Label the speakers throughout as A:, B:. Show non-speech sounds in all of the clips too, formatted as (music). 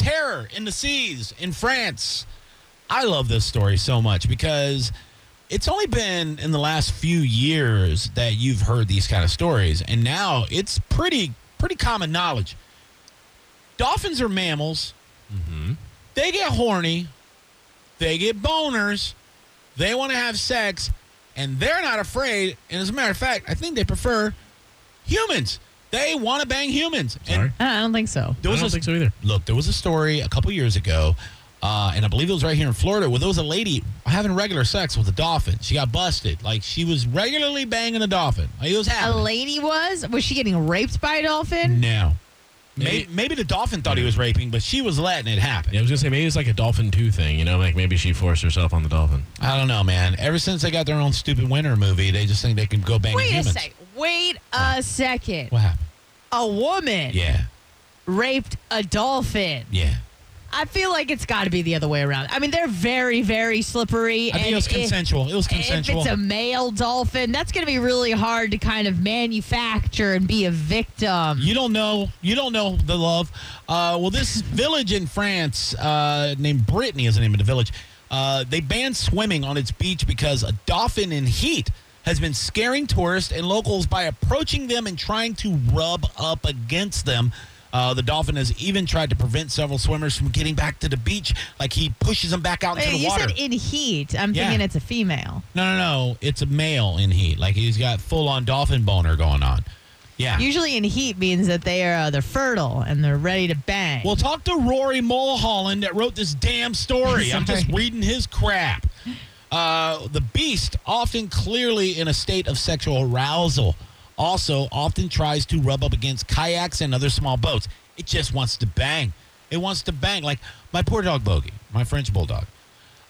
A: terror in the seas in France. I love this story so much because it's only been in the last few years that you've heard these kind of stories, and now it's pretty pretty common knowledge. Dolphins are mammals. They get horny. They get boners. They want to have sex, and they're not afraid. And as a matter of fact, I think they prefer humans. They want to bang humans. And
B: Sorry.
C: I don't think so.
A: there was
B: I don't
A: a-
B: think so either.
A: look, there was a story a couple years ago, uh, and I believe it was right here in Florida, where there was a lady having regular sex with a dolphin. She got busted. Like she was regularly banging a dolphin. Like, it was
C: A
A: happening.
C: lady was? Was she getting raped by a dolphin?
A: No. Maybe,
B: Maybe-
A: maybe the dolphin thought he was raping, but she was letting it happen.
B: Yeah, I was gonna say maybe it's like a dolphin two thing, you know, like maybe she forced herself on the dolphin.
A: I don't know, man. Ever since they got their own stupid winter movie, they just think they can go bang
C: Wait
A: humans.
C: a sec. Wait a second.
A: What happened?
C: A woman
A: Yeah,
C: raped a dolphin.
A: yeah.
C: I feel like it's got to be the other way around. I mean, they're very, very slippery.
A: I think
C: and
A: it was
C: if-
A: consensual. It was
C: If
A: consensual.
C: it's a male dolphin, that's going to be really hard to kind of manufacture and be a victim.
A: You don't know. You don't know the love. Uh, well, this village in France uh, named Brittany is the name of the village. Uh, they banned swimming on its beach because a dolphin in heat has been scaring tourists and locals by approaching them and trying to rub up against them. Uh, the dolphin has even tried to prevent several swimmers from getting back to the beach, like he pushes them back out into
C: Wait,
A: the
C: you
A: water.
C: said in heat. I'm
A: Yeah.
C: thinking it's a female.
A: no, no, no. It's a male in heat. Like he's got full on dolphin boner going on. Yeah.
C: Usually, in heat means that they are uh, they're fertile and they're ready to bang.
A: Well, talk to Rory Mulholland that wrote this damn story. I'm just
C: Sorry.
A: reading his crap. Uh, the beast, often clearly in a state of sexual arousal, also often tries to rub up against kayaks and other small boats. It just wants to bang. It wants to bang. Like my poor dog Bogey, my French bulldog.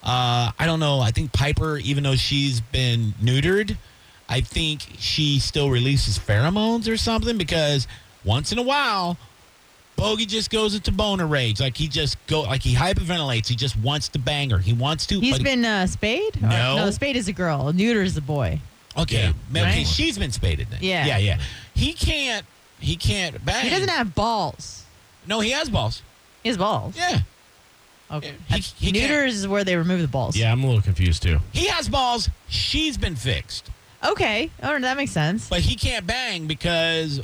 A: Uh, I don't know. I think Piper, even though she's been neutered, I think she still releases pheromones or something because once in a while, Bogey just goes into boner rage. Like he just go, like he hyperventilates. He just wants to bang her. He wants to.
C: He's
A: but-
C: been uh, spayed? Or-
A: No.
C: no, spayed is a girl. Neuter is a boy.
A: okay.
B: Yeah.
A: man, okay,
B: Right.
A: she's been spaded. Then.
C: Yeah.
A: yeah, yeah. He can't. He can't bang.
C: He doesn't have balls.
A: No, he has balls.
C: He has balls.
A: Yeah,
C: Okay.
A: He- he can't-
C: Neuters is where they remove the balls.
B: Yeah, I'm a little confused too.
A: he has balls. She's been fixed.
C: Okay. Oh, that makes sense.
A: But he can't bang because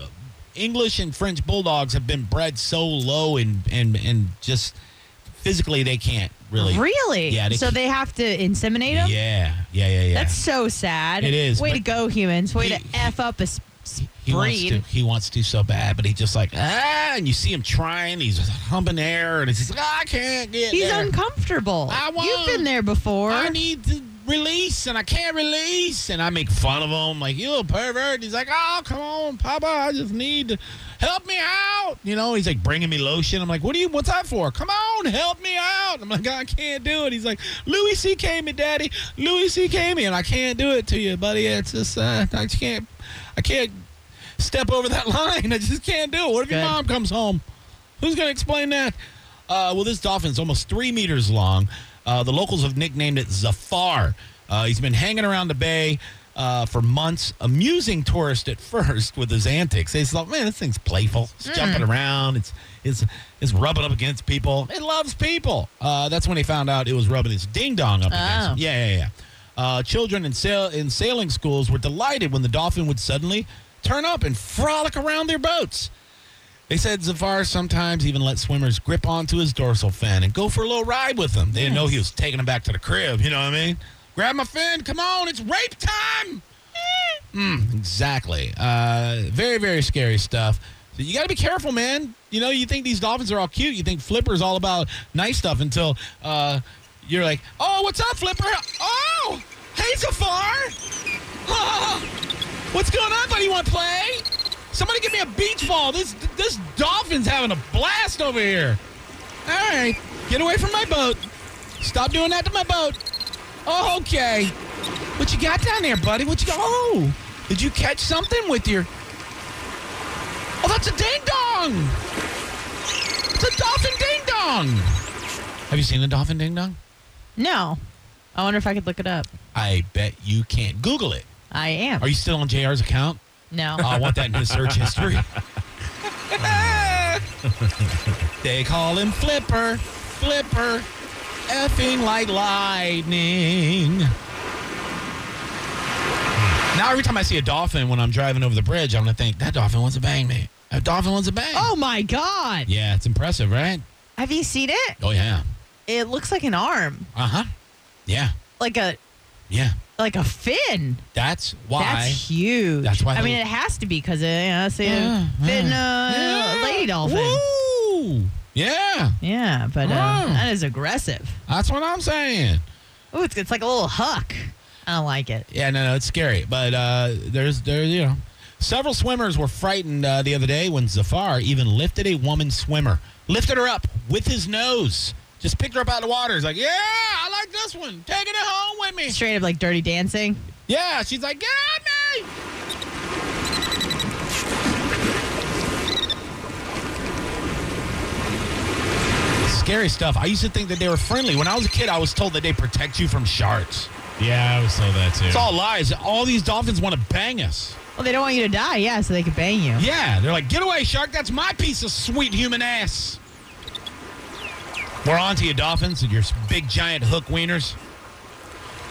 A: English and French bulldogs have been bred so low and and and just physically they can't really.
C: Really?
A: Yeah, they
C: so
A: keep-
C: they have to inseminate
A: Yeah,
C: him?
A: yeah, yeah, yeah.
C: That's so sad.
A: It is,
C: Way
A: but-
C: to go, humans. Way
A: He-
C: to F up a s- s-
A: he wants
C: breed.
A: to. He wants to so bad, but he just like ah, and you see him trying. He's just humping air, and it's just "Ah, I can't get.
C: He's
A: there.
C: uncomfortable.
A: I
C: You've
A: won't.
C: been there before.
A: I need to release, and I can't release, and I make fun of him like you little pervert. He's like, oh come on, Papa, I just need to help me out. You know, he's like bringing me lotion. I'm like, what do you? What's that for? Come on, help me out. I'm like, I can't do it. He's like, Louis C.K. me, Daddy, Louis C.K. me, and I can't do it to you, buddy. It's just uh, I just can't, I can't step over that (laughs) line. I just can't do it. What if your
C: Good.
A: mom comes home? Who's going to explain that? Uh, well, this dolphin's almost three meters long. Uh, the locals have nicknamed it Zafar. Uh, he's been hanging around the bay uh, for months, amusing tourists at first with his antics. They thought, man, this thing's playful. It's jumping around. It's it's it's rubbing up against people. It loves people. Uh, that's when they found out it was rubbing its ding dong up against.
C: Oh.
A: Him. Yeah, yeah, yeah. Uh, children in, sail- in sailing schools were delighted when the dolphin would suddenly turn up and frolic around their boats. They said Zafar sometimes even let swimmers grip onto his dorsal fin and go for a little ride with them. They didn't know he was taking them back to the crib. You know what I mean? Grab my fin. Come on. It's rape time. Mm, exactly. Uh, very, very scary stuff. So you got to be careful, man. You know, you think these dolphins are all cute. You think Flipper's all about nice stuff until uh, you're like, oh, what's up, Flipper? Oh, hey, Zafar. Oh, what's going on, buddy? You want to play? Somebody give me a beach ball. This this dolphin's having a blast over here. All right, get away from my boat. Stop doing that to my boat. Oh, okay. What you got down there, buddy? What you got? Oh, did you catch something with your? Oh, that's a ding dong. It's a dolphin ding dong. Have you seen a dolphin ding dong?
C: no. I wonder if I could look it up.
A: I bet you can't. Google it.
C: I am.
A: Are you still on Jr's account?
C: no.
A: Oh, I want that in his search history. (laughs) They call him Flipper, Flipper, effing like lightning. Now every time I see a dolphin when I'm driving over the bridge, I'm gonna think that dolphin wants to bang me. That dolphin wants to bang.
C: Oh my God.
A: yeah, it's impressive, right?
C: Have you seen it?
A: Oh yeah.
C: It looks like an arm,
A: Uh huh. Yeah.
C: like a
A: Yeah.
C: like a fin.
A: That's why.
C: That's huge.
A: That's why
C: I
A: they-
C: mean, it has to be because you know, it's a fin, uh, lady dolphin.
A: Woo! Yeah,
C: Yeah, but uh,
A: Oh.
C: that is aggressive.
A: that's what I'm saying.
C: Oh, it's, it's like a little huck. I don't like it.
A: Yeah, no, no, it's scary. But uh, there's there, you know, several swimmers were frightened uh, the other day when Zafar even lifted a woman swimmer, lifted her up with his nose, just picked her up out of the water. He's like, "Yeah, I like this one. Taking it home with me."
C: Straight up like dirty dancing.
A: Yeah, she's like, "Get on me!" Scary stuff. I used to think that they were friendly. When I was a kid, I was told that they protect you from sharks.
B: Yeah, I was told that too.
A: It's all lies. All these dolphins want to bang us.
C: Well, they don't want you to die, yeah, so they could bang you.
A: Yeah, they're like, get away, shark. That's my piece of sweet human ass. We're on to you, dolphins, and your big giant hook wieners.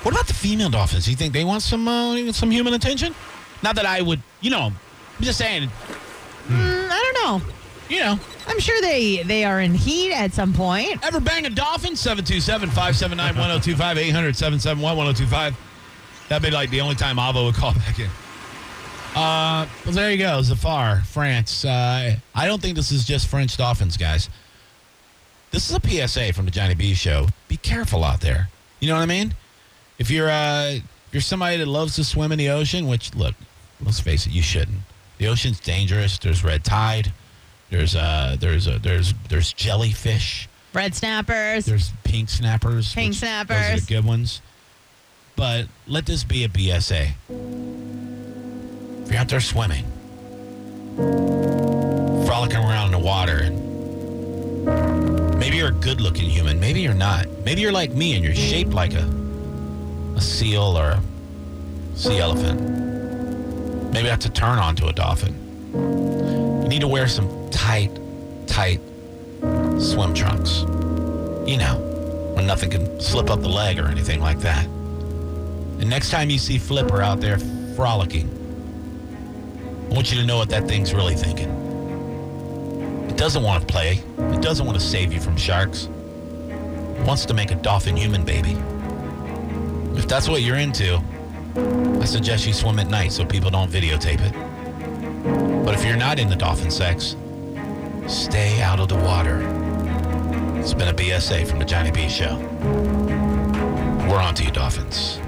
A: What about the female dolphins? You think they want some uh, some human attention? Not that I would, you know. I'm just saying,
C: Mm, I don't know.
A: you know.
C: I'm sure they they are in heat at some point.
A: Ever bang a dolphin? 727-579-1025, 800-771-1025. That'd be like the only time Avo would call (laughs) back in. Uh, well, there you go. Zafar, France. Uh, I don't think this is just French dolphins, guys. This is a PSA from the Johnny B show. Be careful out there. You know what I mean? If you're uh, if you're somebody that loves to swim in the ocean, which look, let's face it, you shouldn't. The ocean's dangerous. There's red tide. There's uh, there's uh, there's there's jellyfish.
C: Red snappers.
A: There's pink snappers.
C: Pink
A: which- Those are
C: snappers.
A: the good ones. But let this be a BSA. If you're out there swimming, frolicking around in the water, and maybe you're a good looking human. Maybe you're not. Maybe you're like me and you're shaped like a, a seal or a sea elephant. Maybe that's a turn on to a dolphin. You need to wear some tight, tight swim trunks you know, when nothing can slip up the leg or anything like that. And next time you see Flipper out there frolicking, I want you to know what that thing's really thinking. It doesn't want to play, it doesn't want to save you from sharks. It wants to make a dolphin human baby. If that's what you're into, I suggest you swim at night so people don't videotape it. But if you're not into dolphin sex, stay out of the water. It's been a BSA from the Johnny B Show. We're on to you, Dolphins.